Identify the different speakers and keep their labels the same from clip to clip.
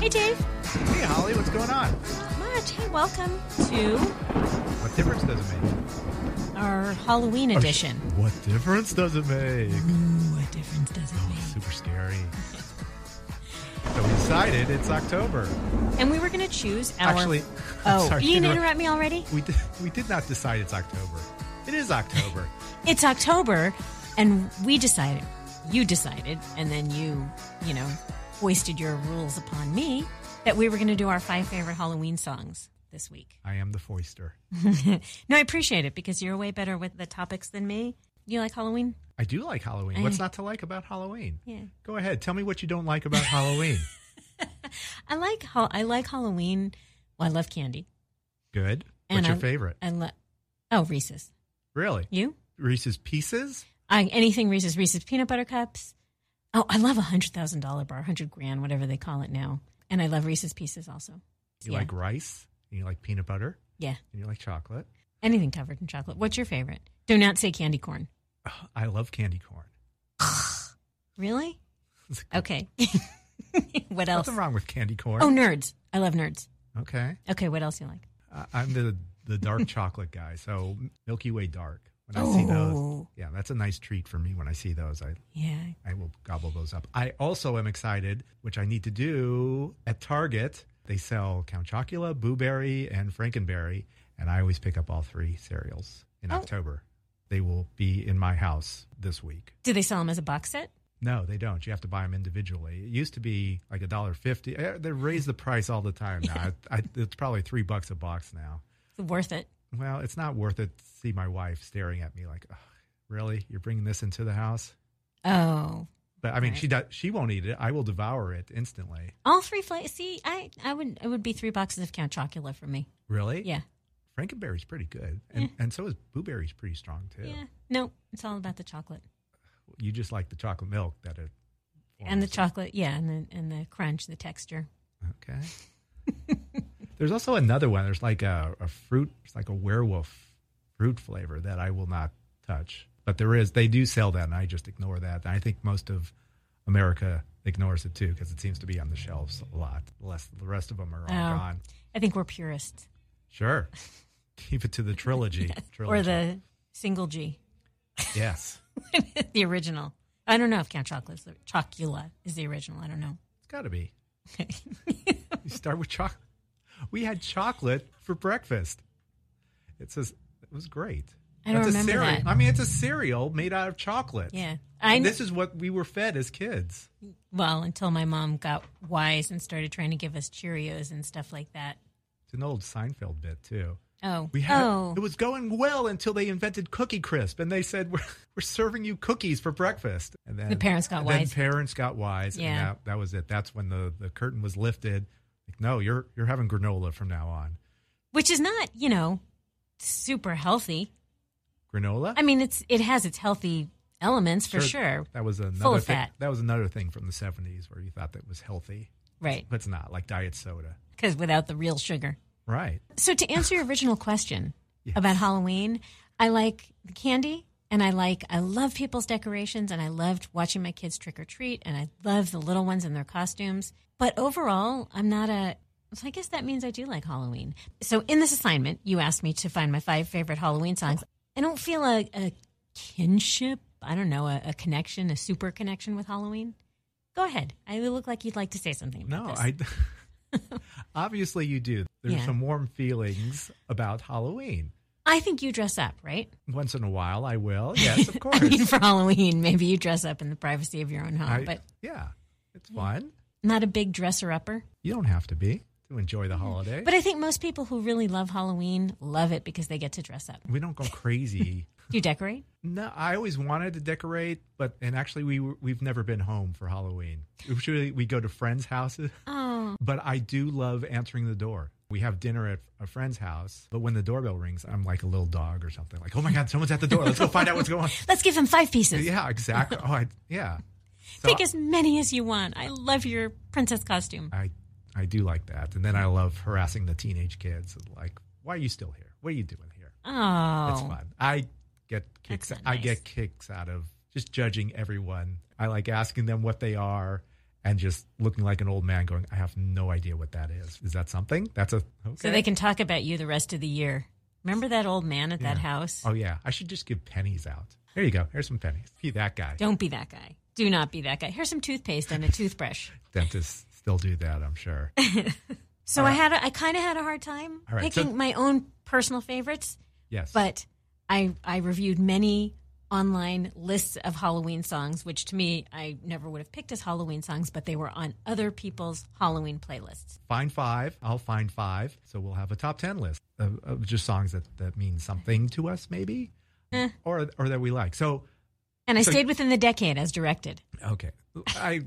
Speaker 1: Hey, Dave.
Speaker 2: Hey, Holly, what's going on?
Speaker 1: Much. Hey, welcome to
Speaker 2: What difference does it make?
Speaker 1: our Halloween edition.
Speaker 2: Oh, What difference does it make?
Speaker 1: Oh, Mm-hmm. What difference does it
Speaker 2: Oh, super scary. So we decided it's October.
Speaker 1: make? And we were going to choose our.
Speaker 2: Actually,
Speaker 1: oh,
Speaker 2: sorry to
Speaker 1: you didn't
Speaker 2: interrupt.
Speaker 1: interrupt me already?
Speaker 2: We did, we did not decide it's October. It is October.
Speaker 1: It's October, and we decided, you decided, and then you, you know, hoisted your rules upon me that we were going to do our five favorite Halloween songs this week.
Speaker 2: I am the foister.
Speaker 1: No, I appreciate it because you're way better with the topics than me. You like Halloween?
Speaker 2: I do like Halloween. What's not to like about Halloween?
Speaker 1: Yeah.
Speaker 2: Go ahead. Tell me what you don't like about Halloween.
Speaker 1: I like Hal- I like Halloween. Well, I love candy.
Speaker 2: Good. What's
Speaker 1: And
Speaker 2: your
Speaker 1: I-
Speaker 2: favorite?
Speaker 1: I love oh Reese's.
Speaker 2: Really?
Speaker 1: You?
Speaker 2: Reese's Pieces?
Speaker 1: I, anything Reese's Reese's peanut butter cups. Oh, I love a hundred thousand dollar bar, hundred grand, whatever they call it now. And I love Reese's Pieces also.
Speaker 2: You
Speaker 1: yeah.
Speaker 2: like rice? And you like peanut butter?
Speaker 1: yeah,
Speaker 2: And you like chocolate?
Speaker 1: anything covered in chocolate. What's your favorite? Do not say candy corn.
Speaker 2: Ugh, I love candy corn.
Speaker 1: Really?
Speaker 2: It's like,
Speaker 1: Okay. what else?
Speaker 2: Nothing wrong with candy corn.
Speaker 1: Oh, nerds. I love nerds.
Speaker 2: Okay.
Speaker 1: Okay, what else you like?
Speaker 2: I- I'm the the dark chocolate guy, so Milky Way dark. When I see those,
Speaker 1: Oh.
Speaker 2: yeah, that's a nice treat for me. When I see those, I
Speaker 1: Yeah.
Speaker 2: I will gobble those up. I also am excited, which I need to do at Target. They sell Count Chocula, Boo Berry, and Frankenberry, and I always pick up all three cereals in
Speaker 1: Oh.
Speaker 2: October. They will be in my house this week.
Speaker 1: Do they sell them as a box set?
Speaker 2: No, they don't. You have to buy them individually. It used to be like a dollar fifty. Eh, They raise the price all the time now. I, I, it's probably three bucks a box now.
Speaker 1: Worth it.
Speaker 2: Well, it's not worth it to see my wife staring at me like, "Ugh, really? You're bringing this into the house?
Speaker 1: Oh,
Speaker 2: But I mean,
Speaker 1: Right.
Speaker 2: she does, she won't eat it. I will devour it instantly.
Speaker 1: all three flavors. See, I, I would it would be three boxes of Count Chocula for me.
Speaker 2: Really?
Speaker 1: Yeah,
Speaker 2: Frankenberry's pretty good, and and so is blueberry's pretty strong too.
Speaker 1: yeah. No, it's all about the chocolate
Speaker 2: You just like the chocolate milk that it.
Speaker 1: and the
Speaker 2: forms.
Speaker 1: chocolate. Yeah, and the and the crunch, the texture.
Speaker 2: Okay. There's also another one. There's like a, a fruit, it's like a werewolf fruit flavor that I will not touch. But there is, they do sell that, and I just ignore that. And I think most of America ignores it too because it seems to be on the shelves a lot. Less the rest of them are all
Speaker 1: Oh.
Speaker 2: gone.
Speaker 1: I think we're purists,
Speaker 2: Sure, keep it to the trilogy. trilogy.
Speaker 1: or the single G,
Speaker 2: yes,
Speaker 1: the original. I don't know if Count Chocula is the, Chocula is the original. I don't know.
Speaker 2: it's got to be. You start with chocolate. We had chocolate for breakfast. It says it was great.
Speaker 1: I don't
Speaker 2: That's a
Speaker 1: remember
Speaker 2: cereal.
Speaker 1: that.
Speaker 2: I mean, it's a cereal made out of chocolate.
Speaker 1: yeah, I
Speaker 2: And this is what we were fed as kids.
Speaker 1: well until my mom got wise and started trying to give us Cheerios and stuff like that.
Speaker 2: It's an old Seinfeld bit too.
Speaker 1: Oh,
Speaker 2: We had
Speaker 1: oh,
Speaker 2: it was going well until they invented Cookie Crisp, and they said we're, we're serving you cookies for breakfast. And then
Speaker 1: The parents got
Speaker 2: and then
Speaker 1: wise.
Speaker 2: parents got wise.
Speaker 1: Yeah.
Speaker 2: and that, that was it. That's when the, the curtain was lifted. Like, no, you're you're having granola from now on.
Speaker 1: which is not you know super healthy.
Speaker 2: Granola.
Speaker 1: I mean, it's it has its healthy elements for sure,
Speaker 2: That was another
Speaker 1: of
Speaker 2: thing.
Speaker 1: fat.
Speaker 2: That was another thing from the seventies where you thought that was healthy,
Speaker 1: right?
Speaker 2: but it's not like diet soda.
Speaker 1: Because without the real sugar.
Speaker 2: Right.
Speaker 1: So to answer your original question about Halloween, I like the candy, and I like I love people's decorations, and I loved watching my kids trick or treat, and I love the little ones in their costumes. But overall, I'm not a. So I guess that means I do like Halloween. So in this assignment, you asked me to find my five favorite Halloween songs. I don't feel a, a kinship. I don't know a, a connection, a super connection with Halloween. Go ahead. I look like you'd like to say something. About
Speaker 2: No,
Speaker 1: this.
Speaker 2: I. obviously, you do. There's
Speaker 1: Yeah.
Speaker 2: some warm feelings about Halloween.
Speaker 1: I think you dress up, right?
Speaker 2: Once in a while, I will. Yes, of course.
Speaker 1: I mean, for Halloween, maybe you dress up in the privacy of your own home,
Speaker 2: I-
Speaker 1: but
Speaker 2: yeah, it's fun.
Speaker 1: not a big dresser upper.
Speaker 2: You don't have to be to enjoy the holiday.
Speaker 1: But I think most people who really love Halloween love it because they get to dress up.
Speaker 2: we don't go crazy.
Speaker 1: Do you decorate?
Speaker 2: no, I always wanted to decorate, but and actually, we were- we've never been home for Halloween. Usually, we go to friends' houses.
Speaker 1: Oh,
Speaker 2: But I do love answering the door. We have dinner at a friend's house, but when the doorbell rings, I'm like a little dog or something. Like, oh my god, someone's at the door. Let's go find out what's going on.
Speaker 1: let's give them five pieces.
Speaker 2: Yeah, exactly. Oh, I, yeah. So
Speaker 1: Pick as many as you want. I love your princess costume.
Speaker 2: I, I do like that, and then I love harassing the teenage kids. Like, why are you still here? What are you doing here?
Speaker 1: Oh,
Speaker 2: It's fun. I get kicks.
Speaker 1: That's not
Speaker 2: I
Speaker 1: nice.
Speaker 2: get kicks out of just judging everyone. I like asking them what they are, and just looking like an old man going, I have no idea what that is. Is that something? That's a okay.
Speaker 1: So they can talk about you the rest of the year. Remember that old man at that
Speaker 2: Yeah.
Speaker 1: house?
Speaker 2: Oh yeah, I should just give pennies out. There you go. Here's some pennies. Be that guy.
Speaker 1: Don't be that guy. Do not be that guy. Here's some toothpaste and a toothbrush.
Speaker 2: Dentists still do that, I'm sure.
Speaker 1: So I had a, I kind of had a hard time
Speaker 2: All right, so-
Speaker 1: picking my own personal favorites,
Speaker 2: Yes.
Speaker 1: but I I reviewed many online lists of Halloween songs, which to me I never would have picked as Halloween songs, but they were on other people's Halloween playlists.
Speaker 2: find five. I'll find five. So we'll have a top ten list of, of just songs that that mean something to us, maybe,
Speaker 1: Eh.
Speaker 2: or or that we like. So
Speaker 1: And I
Speaker 2: So-
Speaker 1: stayed within the decade as directed.
Speaker 2: okay, I.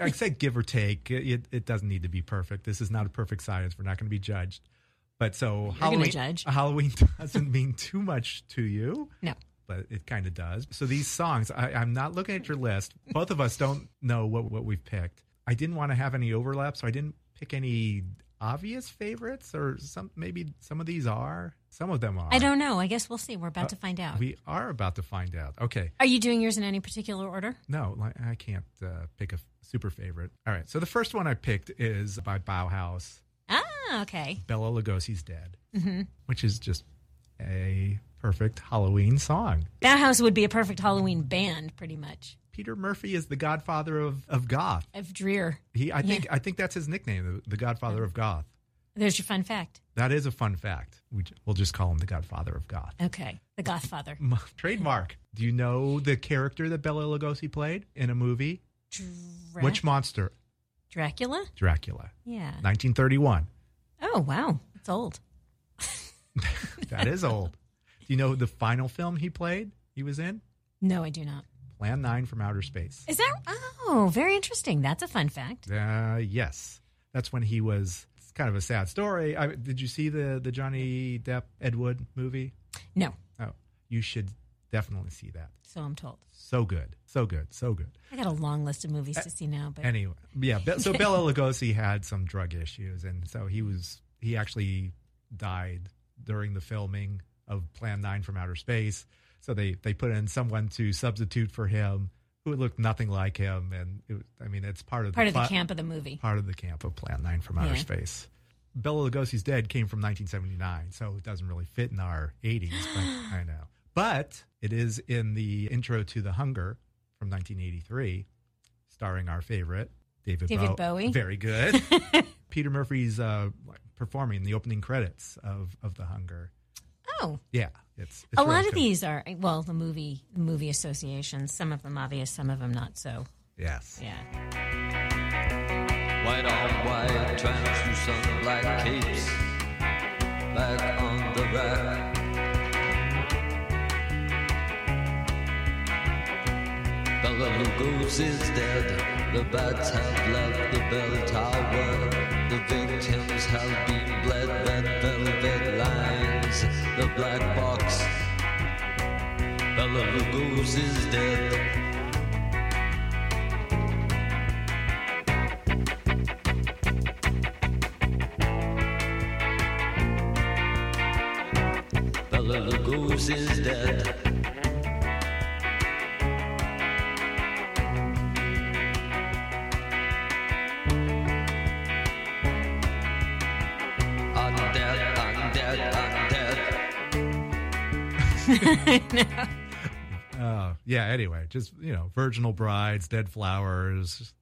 Speaker 2: I said give or take. It, it doesn't need to be perfect. This is not a perfect science. We're not going to be judged. But so Halloween,
Speaker 1: judge.
Speaker 2: Halloween doesn't mean too much to you.
Speaker 1: No.
Speaker 2: but it kind of does. So these songs, I, I'm not looking at your list. Both of us don't know what, what we've picked. I didn't want to have any overlap, so I didn't pick any obvious favorites or some maybe some of these are. Some of them are.
Speaker 1: I don't know. I guess we'll see. We're about to find out.
Speaker 2: Uh, We are about to find out. Okay.
Speaker 1: Are you doing yours in any particular order?
Speaker 2: No, like, I can't uh, pick a f- super favorite. All right. So the first one I picked is by Bauhaus,
Speaker 1: Ah, okay.
Speaker 2: Bella Lugosi's Dead, which is just a perfect Halloween song.
Speaker 1: Bauhaus would be a perfect Halloween band, pretty much.
Speaker 2: Peter Murphy is the godfather of, of goth.
Speaker 1: Of Dreer.
Speaker 2: He, I think, I think that's his nickname, the, the Godfather of Goth.
Speaker 1: There's your fun fact.
Speaker 2: That is a fun fact. We, j- we'll just call him the Godfather of Goth.
Speaker 1: Okay. The Godfather.
Speaker 2: M- Trademark. Do you know the character that Bela Lugosi played in a movie?
Speaker 1: Drac-
Speaker 2: Which monster?
Speaker 1: Dracula?
Speaker 2: Dracula.
Speaker 1: Yeah.
Speaker 2: 1931.
Speaker 1: Oh, wow. It's old.
Speaker 2: That is old. Do you know the final film he played? He was in
Speaker 1: No, I do not.
Speaker 2: Plan Nine from Outer Space.
Speaker 1: Is that? Oh, very interesting. That's a fun fact.
Speaker 2: Uh, yes, that's when he was. It's kind of a sad story. I, did you see the the Johnny Depp Ed Wood movie?
Speaker 1: No.
Speaker 2: Oh, you should definitely see that.
Speaker 1: So I'm told.
Speaker 2: So good, so good, so good.
Speaker 1: I got a long list of movies to see now, but
Speaker 2: Anyway, yeah. Be- So Bela Lugosi had some drug issues, and so he was he actually died during the filming of Plan Nine from Outer Space. So they they put in someone to substitute for him, who looked nothing like him, and it, was- I mean it's part of
Speaker 1: part of the
Speaker 2: fu-
Speaker 1: camp of the movie.
Speaker 2: part of the camp of Plan Nine from Outer
Speaker 1: Yeah.
Speaker 2: Space. Bela Lugosi's Dead came from 1979, so it doesn't really fit in our 80s. But I know, but it is in the intro to The Hunger from 1983, starring our favorite David,
Speaker 1: David
Speaker 2: Bow-
Speaker 1: Bowie.
Speaker 2: Very good. Peter Murphy's uh, performing the opening credits of of The Hunger.
Speaker 1: Oh,
Speaker 2: Yeah, it's, it's
Speaker 1: a lot
Speaker 2: really
Speaker 1: of
Speaker 2: cool.
Speaker 1: these are well, the movie movie associations. Some of them obvious, some of them not. So
Speaker 2: Yes.
Speaker 1: yeah.
Speaker 3: White on white, translucent black capes back on the rack. Bella Lugosi's dead. The bats have left the bell tower. The victims have been bled. Red velvet lines. The black box. Bella Lugosi's dead. Bella Lugosi's dead. I'm dead, I'm dead, I'm dead.
Speaker 2: Uh, yeah. Anyway, just you know, virginal brides, dead flowers,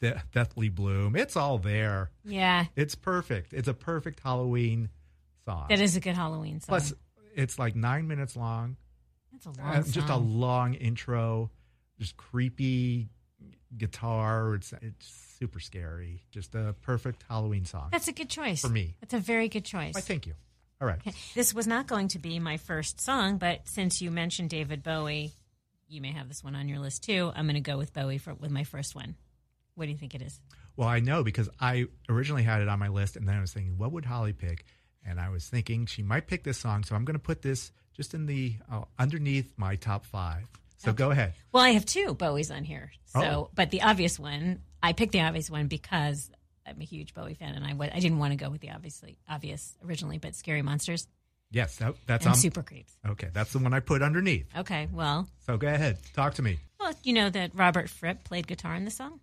Speaker 2: de- deathly bloom. It's all there.
Speaker 1: Yeah.
Speaker 2: It's perfect. It's a perfect Halloween song.
Speaker 1: That is a good Halloween song.
Speaker 2: Plus, it's like nine minutes long.
Speaker 1: That's a long
Speaker 2: Uh, just a
Speaker 1: song.
Speaker 2: long intro, just creepy guitar. It's it's super scary. Just a perfect Halloween song.
Speaker 1: That's a good choice.
Speaker 2: For me.
Speaker 1: That's a very good choice.
Speaker 2: Why, thank you. All right.
Speaker 1: This was not going to be my first song, but since you mentioned David Bowie, you may have this one on your list too. I'm going to go with Bowie for with my first one. What do you think it is?
Speaker 2: Well, I know because I originally had it on my list, and then I was thinking, what would Holly pick? And I was thinking she might pick this song, so I'm going to put this just in the uh, underneath my top five. So go ahead.
Speaker 1: Well, I have two Bowies on here. So,
Speaker 2: Oh.
Speaker 1: but the obvious one, I picked the obvious one because I'm a huge Bowie fan, and I wa- I didn't want to go with the obviously obvious originally, but Scary Monsters
Speaker 2: Yes, that, that's
Speaker 1: and
Speaker 2: on.
Speaker 1: Super Creeps.
Speaker 2: okay, that's the one I put underneath.
Speaker 1: Okay, well,
Speaker 2: So go ahead, talk to me.
Speaker 1: well, you know that Robert Fripp played guitar in the song.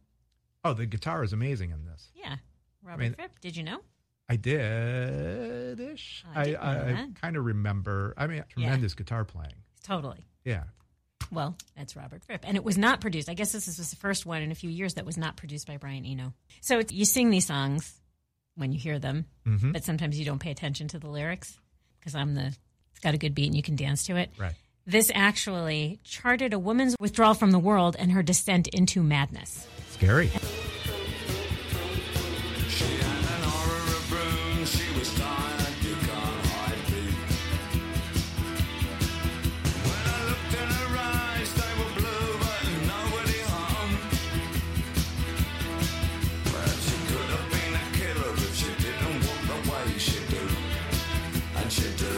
Speaker 2: Oh, the guitar is amazing in this.
Speaker 1: Yeah. Robert
Speaker 2: mean-
Speaker 1: Fripp, did you know?
Speaker 2: I did ish.
Speaker 1: Oh, I
Speaker 2: I,
Speaker 1: didn't know
Speaker 2: I,
Speaker 1: that.
Speaker 2: kind of remember. I mean, tremendous guitar playing.
Speaker 1: Totally.
Speaker 2: Yeah.
Speaker 1: Well, that's Robert Fripp. And it was not produced. I guess this was the first one in a few years that was not produced by Brian Eno. So it's, you sing these songs when you hear them,
Speaker 2: Mm-hmm.
Speaker 1: but sometimes you don't pay attention to the lyrics because I'm the, it's got a good beat and you can dance to it.
Speaker 2: Right.
Speaker 1: This actually charted a woman's withdrawal from the world and her descent into madness.
Speaker 2: Scary.
Speaker 4: She had an aura of broom, she was tired, you can't hide me. When I looked in her eyes, they were blue, but nobody home. Well, she could have been a killer, but she didn't walk the way she do. And she do.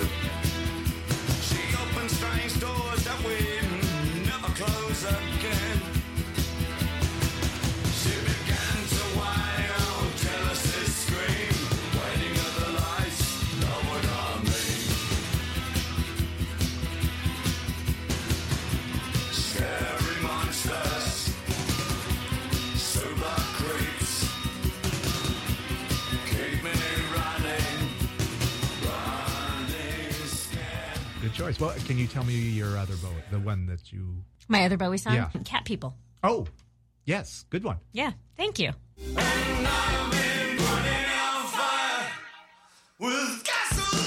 Speaker 4: She opened strange doors that we'd never close again. She began to wail, jealousy scream, waiting at the lights, no one on me. Scary monsters, super creeps, keep me running, running scared.
Speaker 2: Good choice. Well, can you tell me your other boat? The one that you.
Speaker 1: My other Bowie song,
Speaker 2: Yeah.
Speaker 1: Cat People.
Speaker 2: Oh, yes. Good one.
Speaker 1: Yeah. Thank you.
Speaker 4: running on fire with gasoline.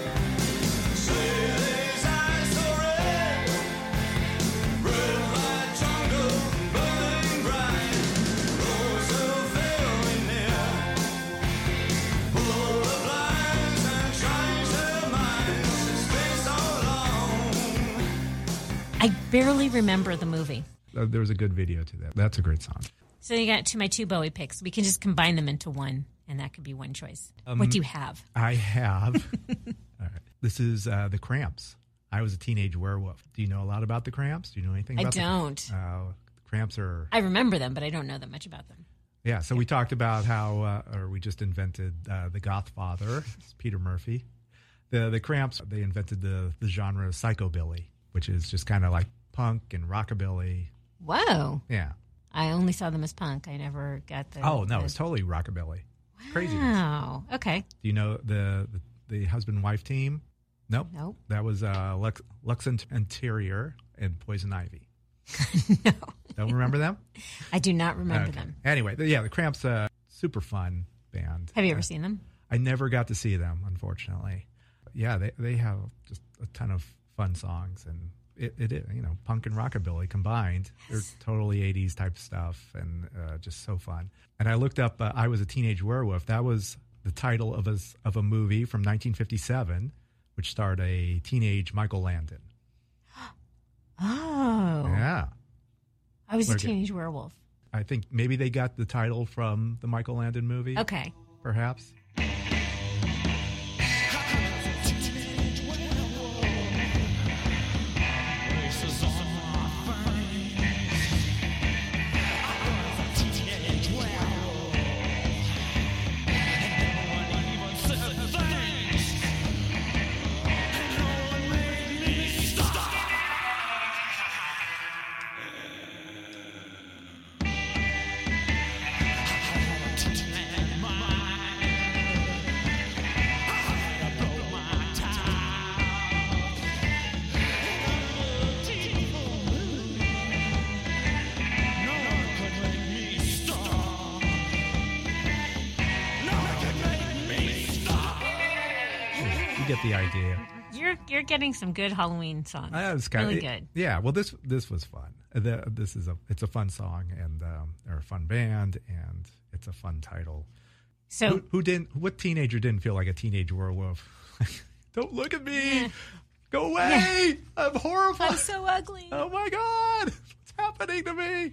Speaker 4: See these eyes so red, red light jungle, burning bright. Those who feel me near, pull the blinds and change their minds. It's been so long.
Speaker 1: I barely remember the movie.
Speaker 2: Uh, There was a good video to that. That's a great song.
Speaker 1: So you got to my two Bowie picks. We can just combine them into one, and that could be one choice.
Speaker 2: Um,
Speaker 1: what do you have?
Speaker 2: I have. All right. This is uh, The Cramps. I was a teenage werewolf. Do you know a lot about The Cramps? Do you know anything
Speaker 1: I
Speaker 2: about the-
Speaker 1: don't.
Speaker 2: Uh, the Cramps are
Speaker 1: I remember them, but I don't know that much about them.
Speaker 2: Yeah, so we talked about how, uh, or we just invented uh, the Goth Father, it's Peter Murphy. The the Cramps they invented the the genre of psychobilly, which is just kind of like punk and rockabilly.
Speaker 1: Whoa!
Speaker 2: Yeah.
Speaker 1: I only saw them as punk. I never got the.
Speaker 2: Oh no,
Speaker 1: the-
Speaker 2: it's totally rockabilly. Craziness.
Speaker 1: Wow. Okay.
Speaker 2: Do you know the the, the husband wife team? Nope.
Speaker 1: Nope.
Speaker 2: That was uh, Lux Lux Int- Interior and Poison Ivy.
Speaker 1: no,
Speaker 2: Don't remember them?
Speaker 1: I do not remember
Speaker 2: Okay.
Speaker 1: them.
Speaker 2: Anyway, the- yeah, the Cramps, uh, super fun band.
Speaker 1: Have you ever seen them?
Speaker 2: I never got to see them, unfortunately. Yeah, they, they have just a ton of fun songs and it, it is, you know, punk and rockabilly combined. They're totally 80s type stuff and uh, just so fun. And I looked up uh, I Was a Teenage Werewolf. That was the title of a, s- of a movie from 1957, which starred a teenage Michael Landon.
Speaker 1: Oh,
Speaker 2: Yeah.
Speaker 1: I was a
Speaker 2: We're good.
Speaker 1: teenage werewolf.
Speaker 2: I think maybe they got the title from the Michael Landon movie,
Speaker 1: Okay.
Speaker 2: perhaps. You get the idea.
Speaker 1: You're you're getting some good Halloween songs.
Speaker 2: I Uh, was kind of
Speaker 1: really good.
Speaker 2: Yeah, well, this this was fun. The, this is a it's a fun song and um, or a fun band and it's a fun title.
Speaker 1: So
Speaker 2: Who, who didn't? What teenager didn't feel like a teenage werewolf? Don't look at me. Go away. I'm horrible.
Speaker 1: I'm so ugly.
Speaker 2: oh my god, what's happening to me?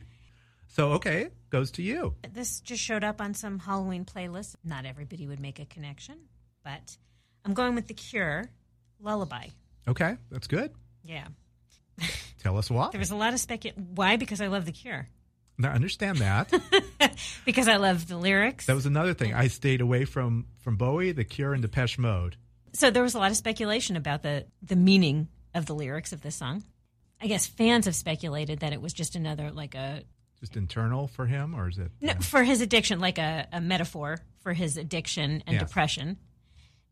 Speaker 2: So okay, goes to you.
Speaker 1: This just showed up on some Halloween playlist. Not everybody would make a connection, but I'm going with The Cure, Lullaby.
Speaker 2: Okay, that's good.
Speaker 1: Yeah.
Speaker 2: Tell us why.
Speaker 1: There was a lot of specu Why? Because I love The Cure.
Speaker 2: Now understand that.
Speaker 1: Because I love the lyrics.
Speaker 2: that was another thing. I stayed away from from Bowie, The Cure, and Depeche Mode.
Speaker 1: so there was a lot of speculation about the, the meaning of the lyrics of this song. I guess fans have speculated that it was just another like a
Speaker 2: Just internal for him, or is it?
Speaker 1: no,
Speaker 2: uh,
Speaker 1: for his addiction, like a, a metaphor for his addiction and
Speaker 2: Yes.
Speaker 1: depression.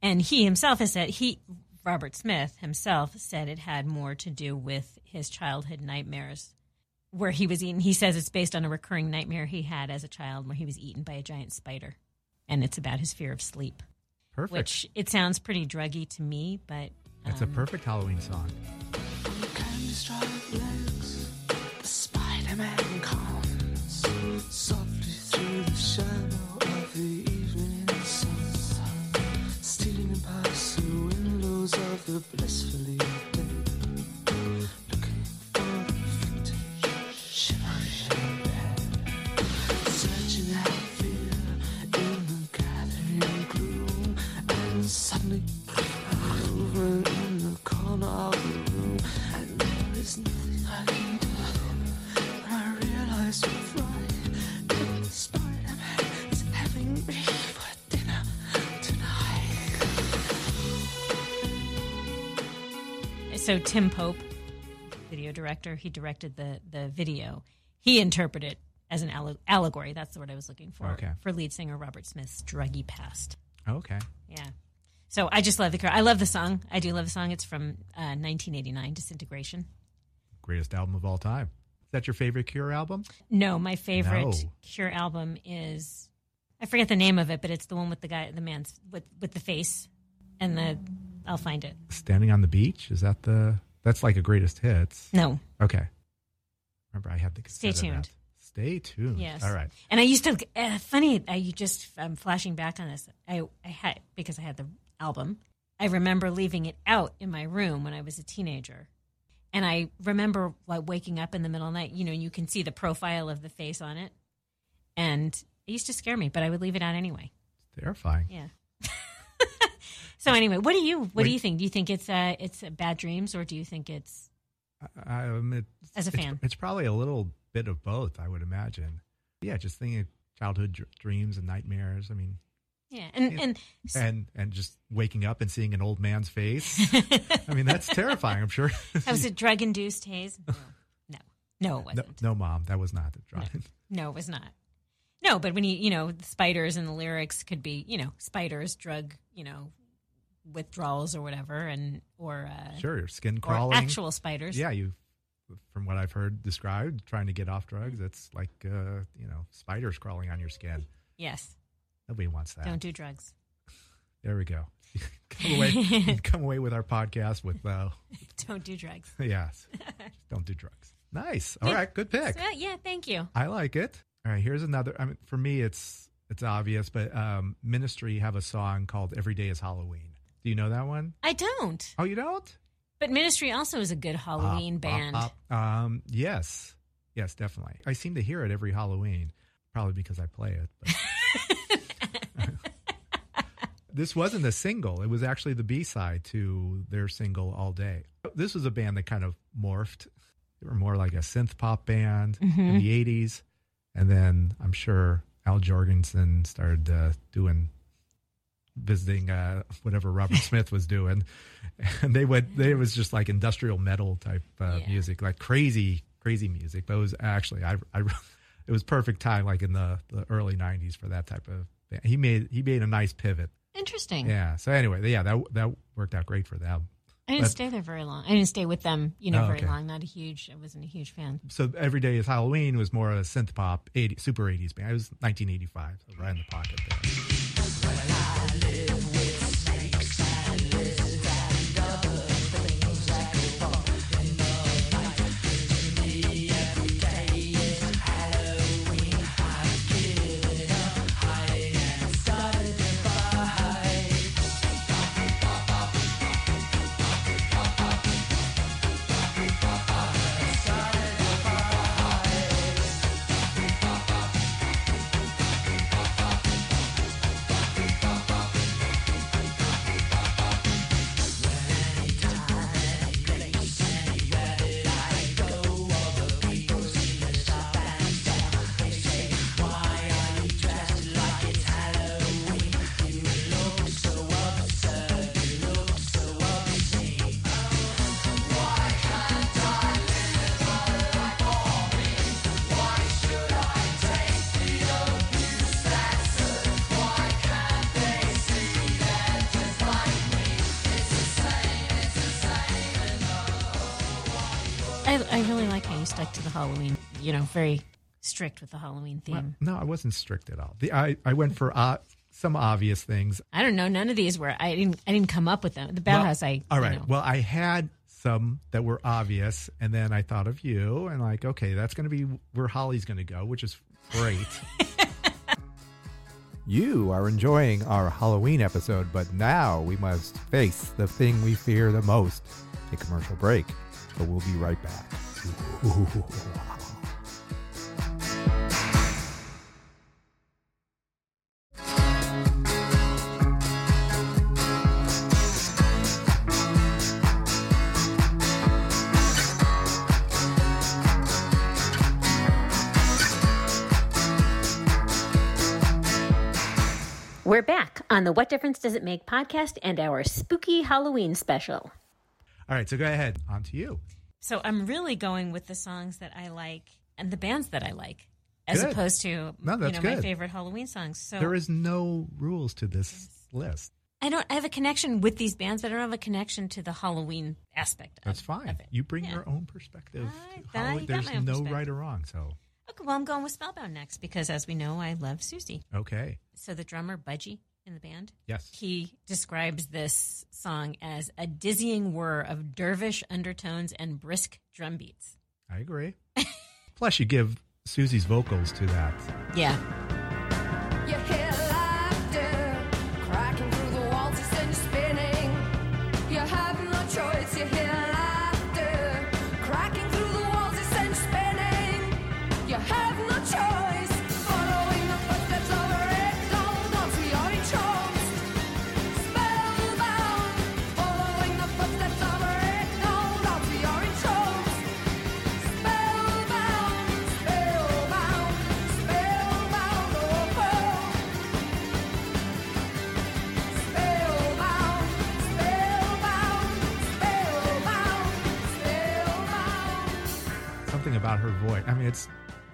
Speaker 1: And he himself has said he Robert Smith himself said it had more to do with his childhood nightmares where he was eaten he says it's based on a recurring nightmare he had as a child where he was eaten by a giant spider. And it's about his fear of sleep.
Speaker 2: perfect.
Speaker 1: Which it sounds pretty druggy to me, but
Speaker 2: That's a
Speaker 1: Um,
Speaker 2: perfect Halloween song.
Speaker 5: Candy striped legs, Spider-Man comes softly through the shadow of the evening sun, stealing past the windows of the blissfully dead, looking for the vintage shivering bed, searching out fear in the gathering gloom, and suddenly over in the corner of the room, and there is nothing I can do. When I realize you're right, that the Spider-Man is having me for dinner tonight.
Speaker 1: So Tim Pope, video director, he directed the the video. He interpreted it as an alle- allegory. That's the word I was looking for.
Speaker 2: Okay.
Speaker 1: For lead singer Robert Smith's druggy past.
Speaker 2: Okay.
Speaker 1: Yeah. So I just love the car. I love the song. I do love the song. It's from uh, 1989, Disintegration.
Speaker 2: Greatest album of all time. Is that your favorite Cure album?
Speaker 1: No, my favorite
Speaker 2: No.
Speaker 1: Cure album is I forget the name of it, but it's the one with the guy, the man's with with the face and the. I'll find it.
Speaker 2: Standing on the Beach? Is that the. That's like a greatest hits.
Speaker 1: No.
Speaker 2: Okay. Remember, I have the.
Speaker 1: Stay
Speaker 2: cassette of
Speaker 1: tuned.
Speaker 2: that. Stay tuned.
Speaker 1: Yes.
Speaker 2: All right.
Speaker 1: And I used to. Uh, funny, I you just. I'm flashing back on this. I I had because I had the album. I remember leaving it out in my room when I was a teenager, and I remember like waking up in the middle of the night. You know, you can see the profile of the face on it, and it used to scare me, but I would leave it out anyway.
Speaker 2: Terrifying.
Speaker 1: Yeah. so anyway, what do you what do
Speaker 2: Wait.
Speaker 1: you think? Do you think it's uh it's uh, bad dreams or do you think it's
Speaker 2: I, I'm it,
Speaker 1: As a
Speaker 2: it's-
Speaker 1: fan.
Speaker 2: It's, probably a little bit of both, I would imagine. Yeah, just thinking of childhood dr- dreams and nightmares. I mean,
Speaker 1: yeah and and
Speaker 2: and and just waking up and seeing an old man's face. I mean, that's terrifying. I'm sure.
Speaker 1: that was a drug induced haze? No, no, no, it
Speaker 2: no,
Speaker 1: wasn't.
Speaker 2: no, mom, that was not the drive.
Speaker 1: No, it was not. No, but when you you know the spiders and the lyrics could be you know spiders drug you know withdrawals or whatever and or uh,
Speaker 2: Sure, your skin
Speaker 1: or
Speaker 2: crawling.
Speaker 1: actual spiders.
Speaker 2: yeah, you. From what I've heard described, trying to get off drugs, it's like uh, you know spiders crawling on your skin.
Speaker 1: Yes.
Speaker 2: Nobody wants that.
Speaker 1: Don't do drugs.
Speaker 2: There we go. come away, come away with our podcast with uh,
Speaker 1: Don't do drugs.
Speaker 2: yes. Just don't do drugs. Nice. All right, good pick.
Speaker 1: Well, Uh, yeah. Thank you.
Speaker 2: I like it. All right, here's another. I mean, for me, it's it's obvious, but um, Ministry have a song called "Every Day Is Halloween." Do you know that one?
Speaker 1: I don't.
Speaker 2: Oh, you don't?
Speaker 1: But Ministry also is a good Halloween
Speaker 2: Bop, bop,
Speaker 1: band.
Speaker 2: bop. Um, yes, yes, definitely. I seem to hear it every Halloween, probably because I play it. But. this wasn't a single; it was actually the B side to their single "All Day." This was a band that kind of morphed. They were more like a synth pop band
Speaker 1: Mm-hmm.
Speaker 2: in the '80s, and then I'm sure Al Jorgensen started uh, doing visiting uh, whatever Robert Smith was doing, and they went. They, it was just like industrial metal type uh,
Speaker 1: Yeah.
Speaker 2: music, like crazy, crazy music. But it was actually, I, I, it was perfect time, like in the, the early '90s for that type of. Band. He made he made a nice pivot.
Speaker 1: Interesting.
Speaker 2: Yeah. So anyway, yeah, that that worked out great for them.
Speaker 1: I didn't
Speaker 2: But-
Speaker 1: stay there very long. I didn't stay with them, you know,
Speaker 2: Oh,
Speaker 1: very
Speaker 2: okay.
Speaker 1: long. Not a huge. I wasn't a huge fan.
Speaker 2: So every day is Halloween was more of a synth pop, 80, super '80s band. It was 1985, so right in the pocket there.
Speaker 5: Started
Speaker 1: I, I really like how you stuck to the Halloween. You know, very strict with the Halloween theme.
Speaker 2: No, I wasn't strict at all. The, I, I went for uh, some obvious things.
Speaker 1: I don't know. None of these were. I didn't. I didn't come up with them. The Bauhaus. I.
Speaker 2: All
Speaker 1: you
Speaker 2: right.
Speaker 1: know.
Speaker 2: Well, I had some that were obvious, and then I thought of you, and like, okay, that's going to be where Holly's going to go, which is great. you are enjoying our Halloween episode, but now we must face the thing we fear the most a commercial break. But we'll be right back.
Speaker 1: We're back on the What Difference Does It Make podcast and our spooky Halloween special.
Speaker 2: All right, so go ahead. On to you.
Speaker 1: So I'm really going with the songs that I like and the bands that I like, as
Speaker 2: Good.
Speaker 1: opposed to
Speaker 2: No,
Speaker 1: you
Speaker 2: that's
Speaker 1: know my
Speaker 2: good.
Speaker 1: favorite Halloween songs. So
Speaker 2: There is no rules to this list.
Speaker 1: I don't. I have a connection with these bands, but I don't have a connection to the Halloween aspect.
Speaker 2: That's
Speaker 1: of,
Speaker 2: fine.
Speaker 1: Of it.
Speaker 2: You bring
Speaker 1: Yeah.
Speaker 2: your own perspective.
Speaker 1: I-
Speaker 2: to
Speaker 1: I
Speaker 2: Halloween.
Speaker 1: got my
Speaker 2: There's
Speaker 1: own
Speaker 2: no
Speaker 1: perspective.
Speaker 2: right or wrong. So,
Speaker 1: Okay, well, I'm going with Spellbound next because, as we know, I love Susie.
Speaker 2: okay.
Speaker 1: So the drummer Budgie in the band,
Speaker 2: Yes.
Speaker 1: he describes this song as a dizzying whir of dervish undertones and brisk drum beats.
Speaker 2: I agree. Plus, you give Susie's vocals to that.
Speaker 1: Yeah,
Speaker 6: You hear laughter cracking through the walls and send you spinning. You have no choice. You hear laughter cracking through the walls and send you spinning. You have no choice. Following the footsteps of a red dawn onto your entranced. Spellbound. Following the footsteps of a red dawn onto your entranced. Spellbound, spellbound, spellbound, oh world. Spellbound, spellbound, spellbound, spellbound.
Speaker 2: Something about her voice. I mean, it's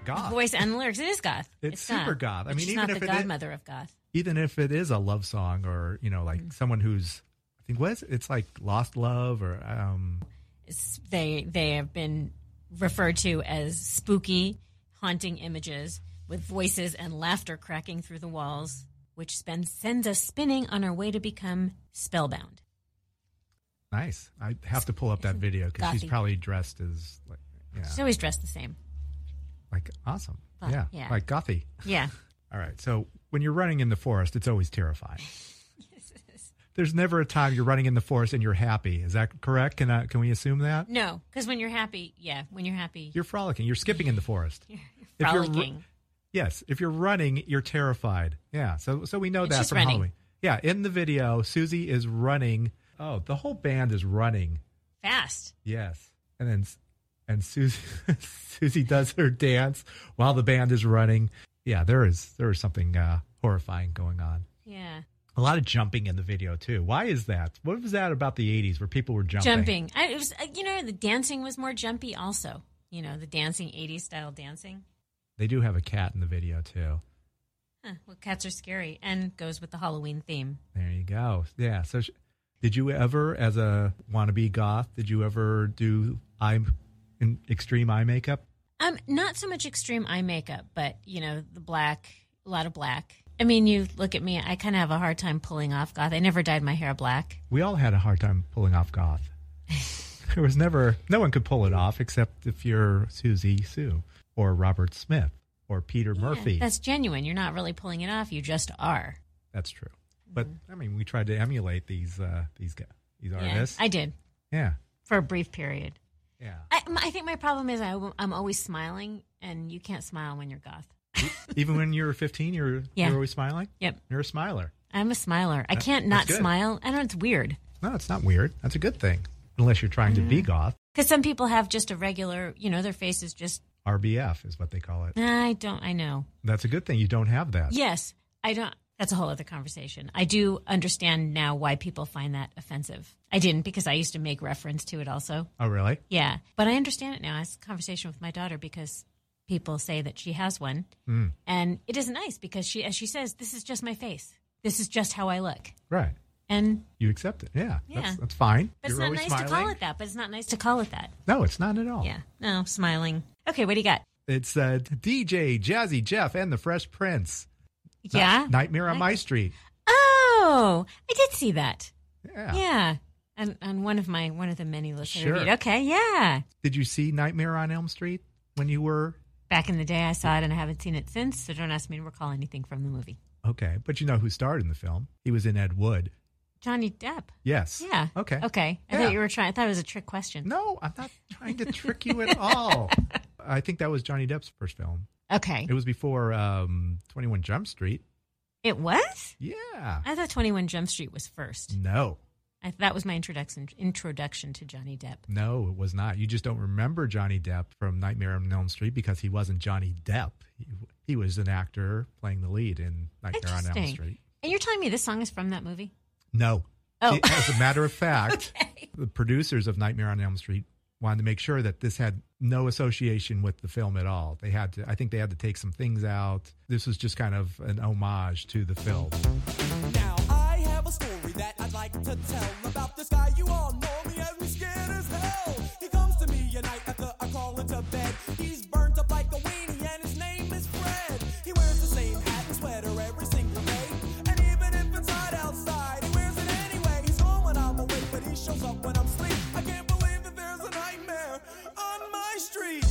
Speaker 2: goth.
Speaker 1: voice and lyrics. It is goth.
Speaker 2: Ah. It's super goth. I
Speaker 1: But
Speaker 2: mean,
Speaker 1: she's
Speaker 2: even
Speaker 1: not
Speaker 2: if
Speaker 1: the
Speaker 2: it is-
Speaker 1: godmother of goth.
Speaker 2: Even if it is a love song, or you know, like
Speaker 1: Mm.
Speaker 2: someone who's, I think, what is it? It's like lost love, or um,
Speaker 1: It's- they they have been referred to as spooky, haunting images with voices and laughter cracking through the walls, which spend, sends us spinning on our way to become spellbound.
Speaker 2: nice. I have to pull up that video because she's
Speaker 1: Gothy.
Speaker 2: probably dressed as like, yeah,
Speaker 1: She's always dressed the same.
Speaker 2: like awesome.
Speaker 1: But,
Speaker 2: yeah,
Speaker 1: yeah.
Speaker 2: like gothy.
Speaker 1: Yeah.
Speaker 2: All right. So when you're running in the forest, it's always terrifying. There's never a time you're running in the forest and you're happy. Is that correct? Can I, can we assume that?
Speaker 1: No, because when you're happy, yeah, when you're happy,
Speaker 2: You're frolicking. You're skipping in the forest.
Speaker 1: you're
Speaker 2: if you're ru-
Speaker 1: frolicking.
Speaker 2: Yes, if you're running, you're terrified. Yeah, so so we know
Speaker 1: And
Speaker 2: that
Speaker 1: she's
Speaker 2: from
Speaker 1: running.
Speaker 2: Halloween. Yeah, in the video, Susie is running. Oh, the whole band is running.
Speaker 1: fast.
Speaker 2: Yes, and then and Susie Susie does her dance while the band is running. Yeah, there is there is something uh, horrifying going on.
Speaker 1: Yeah.
Speaker 2: A lot of jumping in the video too. Why is that? What was that about the '80s where people were jumping?
Speaker 1: Jumping. I, it was, uh, you know, the dancing was more jumpy also. You know, the dancing, 80s style dancing.
Speaker 2: They do have a cat in the video too.
Speaker 1: Huh, well, cats are scary and goes with the Halloween theme.
Speaker 2: There you go. Yeah. So, sh- did you ever, as a wannabe goth, did you ever do eye in extreme eye makeup?
Speaker 1: Um, not so much extreme eye makeup, but you know, the black, a lot of black. I mean, you look at me, I kind of have a hard time pulling off goth. I never dyed my hair black.
Speaker 2: We all had a hard time pulling off goth. there was never no one could pull it off except if you're Susie Sue or Robert Smith or Peter Murphy.
Speaker 1: Yeah, that's genuine. You're not really pulling it off. You just are.
Speaker 2: That's true. But I mean, we tried to emulate these uh, these guys, these
Speaker 1: Mm-hmm. Yeah,
Speaker 2: artists.
Speaker 1: I did
Speaker 2: yeah.
Speaker 1: for a brief period.
Speaker 2: Yeah.
Speaker 1: I, my- I think my problem is I, am always smiling, and you can't smile when you're goth.
Speaker 2: Even when you were 15, you're
Speaker 1: Yeah.
Speaker 2: you're always smiling.
Speaker 1: Yep,
Speaker 2: You're a smiler.
Speaker 1: I'm a smiler. I can't
Speaker 2: that's
Speaker 1: not
Speaker 2: good.
Speaker 1: smile. I don't. know, It's weird
Speaker 2: No, it's not weird. That's a good thing, unless you're trying to
Speaker 1: Mm-hmm.
Speaker 2: be goth.
Speaker 1: because some people have just a regular. You know, their face is just.
Speaker 2: RBF is what they call it.
Speaker 1: I don't. I know.
Speaker 2: That's a good thing. You don't have that.
Speaker 1: Yes, I don't. That's a whole other conversation. I do understand now why people find that offensive. I didn't because I used to make reference to it also.
Speaker 2: Oh, really?
Speaker 1: Yeah, but I understand it now. I had a conversation with my daughter because people say that she has one,
Speaker 2: Hmm.
Speaker 1: and it isn't nice because she, as she says, this is just my face. This is just how I look,
Speaker 2: Right.
Speaker 1: and
Speaker 2: You accept it. Yeah.
Speaker 1: Yeah.
Speaker 2: That's, that's fine.
Speaker 1: but
Speaker 2: You're
Speaker 1: it's not
Speaker 2: always
Speaker 1: nice
Speaker 2: smiling.
Speaker 1: to call it that. But it's not nice to call it that.
Speaker 2: No, it's not at all.
Speaker 1: Yeah, no, smiling. Okay, what do you got?
Speaker 2: It's uh, DJ Jazzy Jeff and the Fresh Prince.
Speaker 1: Yeah.
Speaker 2: Nightmare on My Street.
Speaker 1: Oh, I did see that.
Speaker 2: Yeah.
Speaker 1: Yeah, on, on one of my one of the many lists. I
Speaker 2: Sure.
Speaker 1: reviewed. Okay, yeah.
Speaker 2: Did you see Nightmare on Elm Street when you were
Speaker 1: Back in the day, I saw it, and I haven't seen it since. So don't ask me to recall anything from the movie.
Speaker 2: okay? But you know who starred in the film? He was in Ed Wood.
Speaker 1: Johnny Depp.
Speaker 2: Yes.
Speaker 1: Yeah.
Speaker 2: Okay.
Speaker 1: Okay. I
Speaker 2: Yeah.
Speaker 1: thought you were trying. I thought it was a trick question.
Speaker 2: No, I'm not trying to trick you at all. I think that was Johnny Depp's first film.
Speaker 1: Okay.
Speaker 2: It was before um, 21 Jump Street.
Speaker 1: It was.
Speaker 2: Yeah.
Speaker 1: I thought Twenty One Jump Street was first.
Speaker 2: No,
Speaker 1: I, that was my introduction introduction to Johnny Depp.
Speaker 2: no, it was not. You just don't remember Johnny Depp from Nightmare on Elm Street because he wasn't Johnny Depp. He, he was an actor playing the lead in Nightmare on Elm
Speaker 1: Interesting.
Speaker 2: Street.
Speaker 1: And you're telling me this song is from that movie?
Speaker 2: No.
Speaker 1: Oh.
Speaker 2: As a matter of fact, the producers of Nightmare on Elm Street wanted to make sure that this had no association with the film at all. They had to I think they had to take some things out. This was just kind of an homage to the film.
Speaker 7: Now I have a story that I'd like to tell about this guy you all know me as we scared as hell. He comes to me at night after I crawl into bed. He's burnt up like a weenie and his name is Fred. He wears the same hat and sweater every single day. And even if it's hot outside, he wears it anyway. He's gone when I'm awake, but he shows up when I'm asleep. I can't believe that there's a nightmare on my street.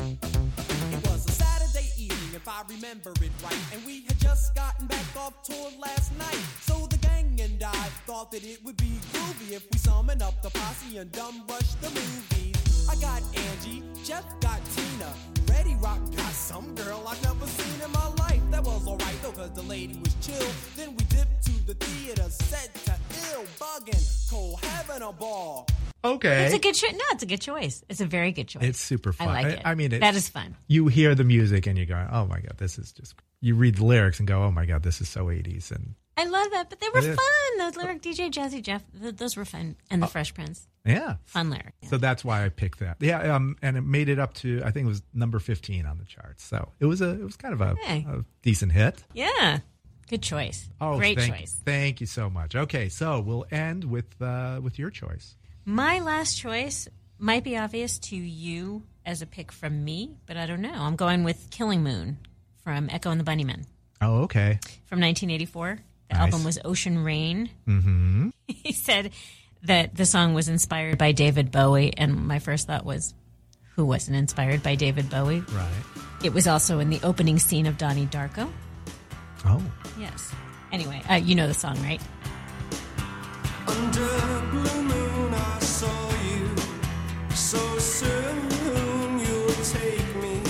Speaker 7: It was a Saturday evening, if I remember it right, and we had just gotten back off tour last night. So the gang and I thought that it would be groovy if we summoned up the posse and dumb rush the movies. I got Angie, Jeff got Tina, Reddy Rock got some girl I've never seen in my life. That was alright though, cause the lady was chill. Then we dipped to the theater, set to ill, bugging, Cole having a ball.
Speaker 2: Okay.
Speaker 1: It's a good choice. No, it's a good choice. It's a very good choice.
Speaker 2: It's super fun.
Speaker 1: I like it.
Speaker 2: I, mean, it,
Speaker 1: that is fun.
Speaker 2: You hear the music and you go, "Oh my god, this is just." You read the lyrics and go, "Oh my god, this is so 80s." And
Speaker 1: I love that. But they were
Speaker 2: It is. Uh,
Speaker 1: fun. Those lyric DJ Jazzy Jeff. Th- those were fun. And the Fresh Prince.
Speaker 2: yeah.
Speaker 1: Fun lyric. Yeah.
Speaker 2: So that's why I picked that. Yeah, um, and it made it up to I think it was number 15 on the charts. So it was a it was kind of a,
Speaker 1: Okay.
Speaker 2: a decent hit.
Speaker 1: Yeah. Good choice.
Speaker 2: Oh,
Speaker 1: Great
Speaker 2: thank,
Speaker 1: choice.
Speaker 2: Thank you so much. Okay, so we'll end with uh, with your choice.
Speaker 1: My last choice might be obvious to you as a pick from me, but I don't know. I'm going with Killing Moon from Echo and the Bunnymen.
Speaker 2: Oh, okay.
Speaker 1: from 1984. The
Speaker 2: Nice.
Speaker 1: album was Ocean Rain. Mm-hmm. he said that the song was inspired by David Bowie, and my first thought was, who wasn't inspired by David Bowie?
Speaker 2: Right.
Speaker 1: It was also in the opening scene of Donnie Darko.
Speaker 2: Oh,
Speaker 1: Yes. Anyway, uh, you know the song, right?
Speaker 7: Under blue moon, I saw you. So soon you'll take me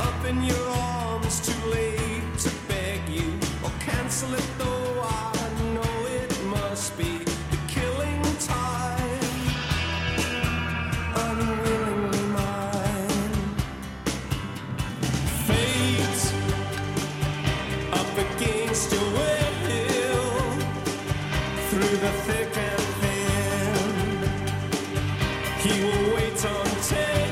Speaker 7: up in your arms, too late to beg you or cancel it, though I know it must be the killing time. Unwillingly mine, fate up against your will through the thick and thin. He will wait until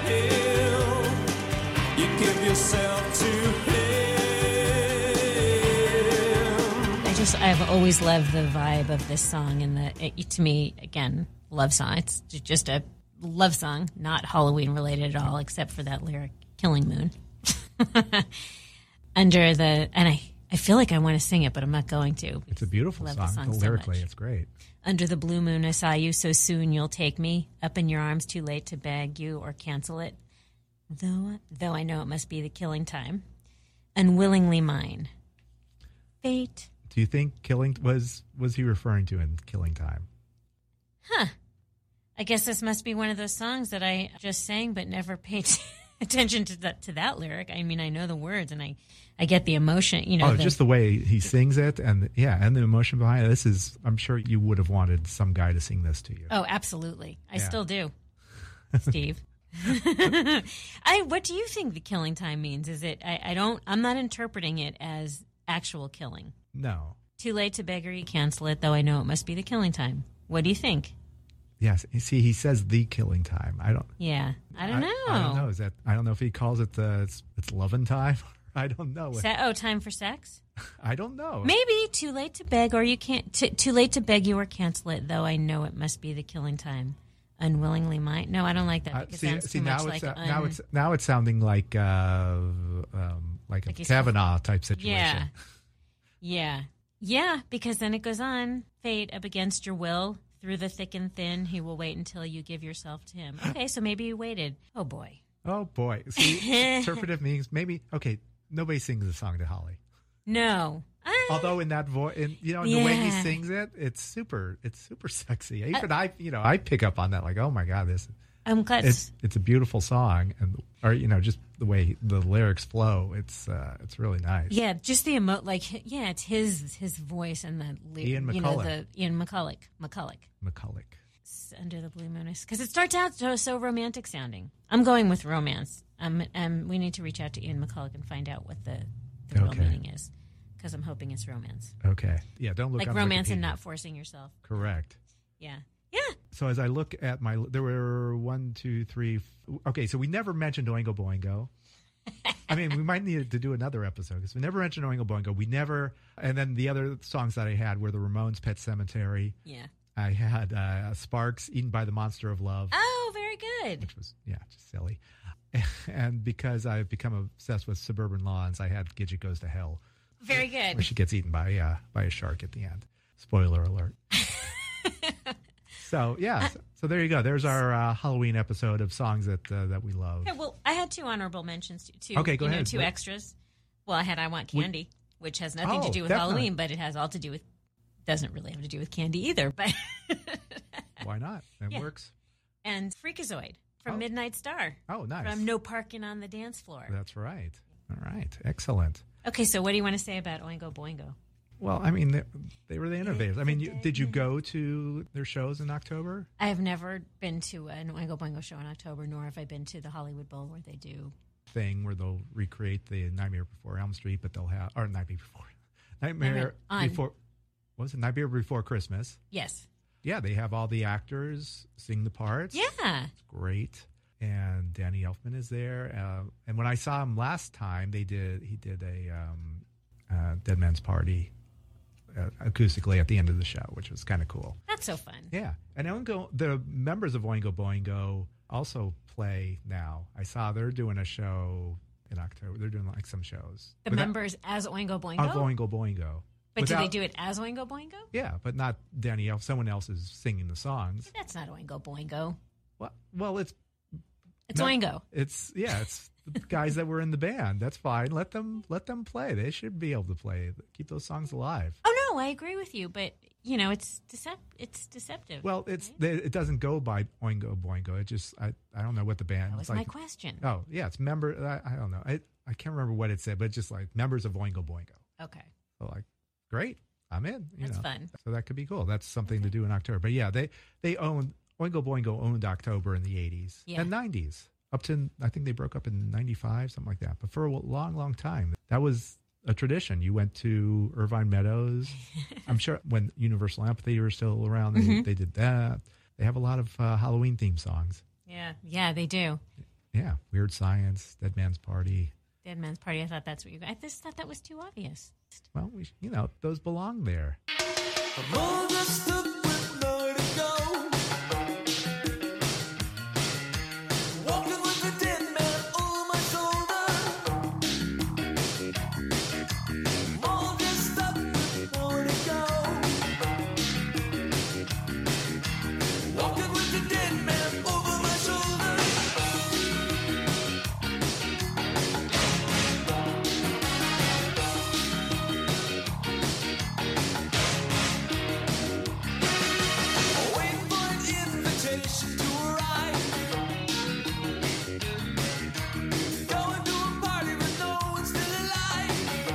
Speaker 7: you give yourself to him.
Speaker 1: I just I've always loved the vibe of this song, and the it, to me again love song. It's just a love song, not Halloween related at all, except for that lyric "Killing Moon." Under the and I I feel like I want to sing it, but I'm not going to.
Speaker 2: it's a beautiful
Speaker 1: Love the
Speaker 2: song.
Speaker 1: song so
Speaker 2: Lyrically,
Speaker 1: much.
Speaker 2: it's great.
Speaker 1: Under the blue moon, I saw you. So soon you'll take me up in your arms. Too late to beg you or cancel it. Though though I know it must be the killing time, unwillingly mine. Fate.
Speaker 2: Do you think killing was was he referring to in Killing Time?
Speaker 1: I guess this must be one of those songs that I just sang but never paid attention to that to that lyric. I mean, I know the words and I I get the emotion, you know.
Speaker 2: Oh,
Speaker 1: the-
Speaker 2: just the way he sings it, and yeah, and the emotion behind it. This is, I'm sure you would have wanted some guy to sing this to you.
Speaker 1: Oh, absolutely. I
Speaker 2: Yeah.
Speaker 1: still do. Steve. I what do you think the killing time means? Is it I, I don't I'm not interpreting it as actual killing.
Speaker 2: No,
Speaker 1: Too late to beg or you cancel it, though I know it must be the killing time. What do you think?
Speaker 2: Yes. You See, he says the killing time. I don't.
Speaker 1: Yeah. I don't know.
Speaker 2: I, don't know. Is that? I don't know if he calls it the it's, it's loving time. I don't know.
Speaker 1: Se- oh, time for sex?
Speaker 2: I don't know.
Speaker 1: Maybe too late to beg, or you can't. T- too late to beg you or cancel it. Though I know it must be the killing time. Unwillingly mine. No, I don't like that
Speaker 2: Uh,
Speaker 1: because sounds too much
Speaker 2: now
Speaker 1: like
Speaker 2: it's uh,
Speaker 1: un-
Speaker 2: now it's now it's sounding like uh, um, like,
Speaker 1: Like
Speaker 2: a
Speaker 1: he's-
Speaker 2: Kavanaugh type situation.
Speaker 1: yeah, yeah, yeah. Because then it goes on. Fate up against your will through the thick and thin. He will wait until you give yourself to him. Okay, so maybe you waited. Oh boy.
Speaker 2: Oh boy. See, interpretive means maybe okay. Nobody sings the song to Holly.
Speaker 1: No. Ah,
Speaker 2: Although in that voice, in you know, in the way he
Speaker 1: Yeah. Uh
Speaker 2: sings it, it's super, it's super sexy. Even I, you know, I pick up on that. Like, oh my god, this
Speaker 1: I'm glad.
Speaker 2: it's it's a beautiful song, and or you know, just the way the lyrics flow, it's uh, it's really nice.
Speaker 1: Yeah, just the emo like yeah, it's his his voice and the ly-
Speaker 2: Ian
Speaker 1: you know
Speaker 2: McCulloch.
Speaker 1: the Ian McCulloch McCulloch.
Speaker 2: McCulloch.
Speaker 1: under the blue moon because it starts out so, so romantic sounding. I'm going with romance. Um, um, we need to reach out to Ian McCulloch and find out what the, the real
Speaker 2: Okay.
Speaker 1: meaning is because I'm hoping it's romance,
Speaker 2: Okay, yeah, don't look
Speaker 1: like
Speaker 2: on
Speaker 1: romance and
Speaker 2: Wikipedia.
Speaker 1: not forcing yourself.
Speaker 2: correct.
Speaker 1: Yeah, yeah,
Speaker 2: So as I look at my, there were one, two, three. f- Okay, so we never mentioned Oingo Boingo. I mean, we might need to do another episode because we never mentioned Oingo Boingo. We never, and then the other songs that I had were the Ramones' "Pet Cemetery."
Speaker 1: yeah.
Speaker 2: I had uh, Sparks eaten by the monster of love,
Speaker 1: Oh, very good.
Speaker 2: which was yeah, just silly. And because I've become obsessed with suburban lawns, I had Gidget goes to hell,
Speaker 1: Very
Speaker 2: where
Speaker 1: good.
Speaker 2: she gets eaten by uh, by a shark at the end. Spoiler alert. so yeah, so, so there you go. There's our uh, Halloween episode of songs that uh, that we love.
Speaker 1: Okay, well, I had two honorable mentions. Two,
Speaker 2: Okay, go
Speaker 1: you know,
Speaker 2: ahead.
Speaker 1: two
Speaker 2: What-
Speaker 1: extras. Well, I had I want candy, which has nothing to
Speaker 2: Oh,
Speaker 1: do with
Speaker 2: definitely.
Speaker 1: Halloween, but it has all to do with doesn't really have to do with candy either. But
Speaker 2: Why not? It
Speaker 1: Yeah.
Speaker 2: works.
Speaker 1: and Freakazoid from
Speaker 2: Oh.
Speaker 1: Midnight Star.
Speaker 2: Oh, nice.
Speaker 1: from No Parking on the Dance Floor.
Speaker 2: That's right. All right. Excellent.
Speaker 1: Okay, so what do you want to say about Oingo Boingo?
Speaker 2: Well, I mean, they, they were the innovators. I mean, you, did you go
Speaker 1: Mm-hmm.
Speaker 2: to their shows in October?
Speaker 1: I have never been to an Oingo Boingo show in October, nor have I been to the Hollywood Bowl where they do.
Speaker 2: thing where they'll recreate the Nightmare Before Elm Street, but they'll have or Nightmare Before Nightmare
Speaker 1: Nightmare on.
Speaker 2: Before what was it Nightmare Before Christmas?
Speaker 1: Yes.
Speaker 2: Yeah, they have all the actors sing the parts.
Speaker 1: Yeah.
Speaker 2: it's great. And Danny Elfman is there. Uh, and when I saw him last time, they did he did a um, uh, Dead Man's Party uh, acoustically at the end of the show, which was kind of cool.
Speaker 1: That's so fun.
Speaker 2: Yeah, and Oingo, the members of Oingo Boingo also play now. I saw they're doing a show in October. They're doing like some shows.
Speaker 1: The
Speaker 2: Without-
Speaker 1: members as Oingo Boingo.
Speaker 2: of Oingo Boingo.
Speaker 1: but do they
Speaker 2: Without-
Speaker 1: do it as Oingo Boingo?
Speaker 2: Yeah, but not Danny Elf. Someone else is singing the songs.
Speaker 1: That's not Oingo Boingo.
Speaker 2: Well, well, it's
Speaker 1: It's
Speaker 2: No.
Speaker 1: Oingo.
Speaker 2: it's yeah, it's the guys that were in the band. That's fine. Let them let them play. They should be able to play. Keep those songs alive.
Speaker 1: Oh no, I agree with you, but you know, it's decep- it's deceptive.
Speaker 2: Well, it's it doesn't go by Oingo Boingo. It just I, I don't know what the band.
Speaker 1: that was
Speaker 2: it's like,
Speaker 1: my question.
Speaker 2: Oh yeah, it's member. I, I don't know. I I can't remember what it said, but just like members of Oingo Boingo.
Speaker 1: Okay.
Speaker 2: So like, great, I'm in. You
Speaker 1: That's
Speaker 2: know.
Speaker 1: fun.
Speaker 2: So that could be cool. That's something to do in October. But yeah, they they owned Oingo Boingo owned October in the 80s
Speaker 1: Yeah.
Speaker 2: and 90s up to I think they broke up in 95 something like that. But for a long long time that was a tradition. You went to Irvine Meadows. I'm sure when Universal Amphitheater was still around, they,
Speaker 1: Mm-hmm.
Speaker 2: they did that. They have a lot of uh, Halloween theme songs.
Speaker 1: Yeah. Yeah, they do.
Speaker 2: Yeah, Weird Science, Dead Man's Party.
Speaker 1: Dead Man's Party. I thought that's what you. I just thought that was too obvious.
Speaker 2: Well, we, you know, those belong there.
Speaker 7: Oh, that's the good way to go. Walking with the dead man on my shoulder. Oh, that's the good way to go. Walking with the dead man over my shoulder. Wait for an invitation to arrive. Going to a party with no one still alive.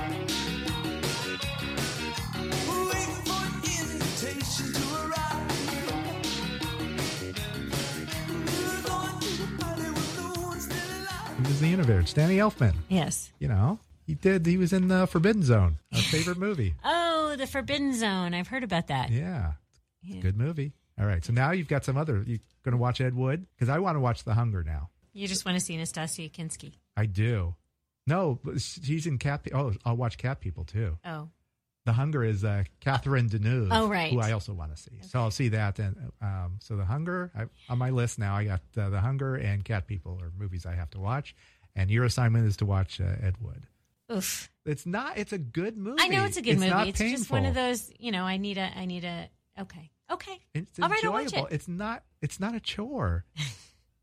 Speaker 7: Wait for an invitation to arrive. Going to a party with no one still alive.
Speaker 2: He was the innovator. It's Danny Elfman.
Speaker 1: Yes.
Speaker 2: You know, he did. He was in the Forbidden Zone, our favorite movie.
Speaker 1: Oh, the Forbidden Zone. I've heard about that.
Speaker 2: Yeah, it's a good movie. All right. So now you've got some other. You're going to watch Ed Wood because I want to watch The Hunger now.
Speaker 1: You just want to see Nastasia Kinski.
Speaker 2: I do. No, but she's in Cat. Pe- Oh, I'll watch Cat People too.
Speaker 1: Oh,
Speaker 2: The Hunger is uh, Catherine Deneuve.
Speaker 1: Oh, right.
Speaker 2: Who I also want to see. So I'll see that. And um, so The Hunger I, on my list now. I got uh, The Hunger and Cat People are movies I have to watch. And your assignment is to watch uh, Ed Wood.
Speaker 1: oof.
Speaker 2: It's not. It's a good movie.
Speaker 1: I know it's a good movie.
Speaker 2: Not
Speaker 1: it's just one
Speaker 2: painful.
Speaker 1: of those, you know, I need a, I need a, okay, okay.
Speaker 2: It's
Speaker 1: All right, I'll
Speaker 2: enjoyable.
Speaker 1: watch it.
Speaker 2: It's not. It's not a chore.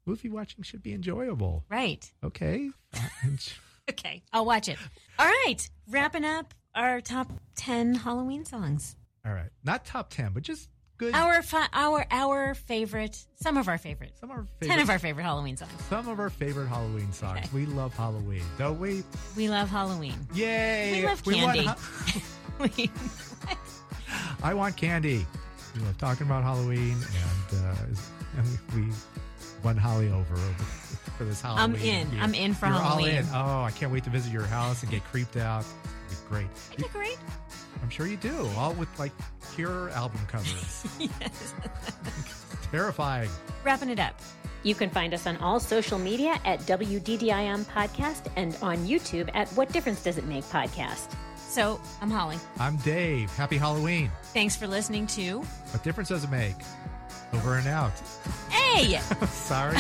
Speaker 2: movie watching should be enjoyable.
Speaker 1: Right.
Speaker 2: Okay.
Speaker 1: Okay. I'll watch it. All right. Wrapping up our top 10 Halloween songs.
Speaker 2: All right. Not top ten, but just good.
Speaker 1: Our, fi- our, our favorite, some of our favorites.
Speaker 2: some of our favorite.
Speaker 1: 10 of our favorite Halloween songs.
Speaker 2: some of our favorite Halloween songs. We love Halloween, don't we?
Speaker 1: We love Halloween.
Speaker 2: Yay!
Speaker 1: We love
Speaker 2: want
Speaker 1: candy.
Speaker 2: ha-
Speaker 1: We-
Speaker 2: I want candy. We love talking about Halloween, and uh, and we won Holly over for this Halloween.
Speaker 1: in.
Speaker 2: You're-
Speaker 1: I'm in for
Speaker 2: you're
Speaker 1: Halloween.
Speaker 2: All in. Oh, I can't wait to visit your house and get creeped out. It's great.
Speaker 1: I decorate?
Speaker 2: I'm sure you do. All with like Cure album covers.
Speaker 1: Yes.
Speaker 2: Terrifying.
Speaker 1: Wrapping it up.
Speaker 8: You can find us on all social media at WDDIM Podcast and on YouTube at What Difference Does It Make Podcast.
Speaker 1: So I'm Holly.
Speaker 2: I'm Dave. Happy Halloween.
Speaker 1: Thanks for listening to
Speaker 2: What difference does it make? Over and out.
Speaker 1: Hey!
Speaker 2: Sorry.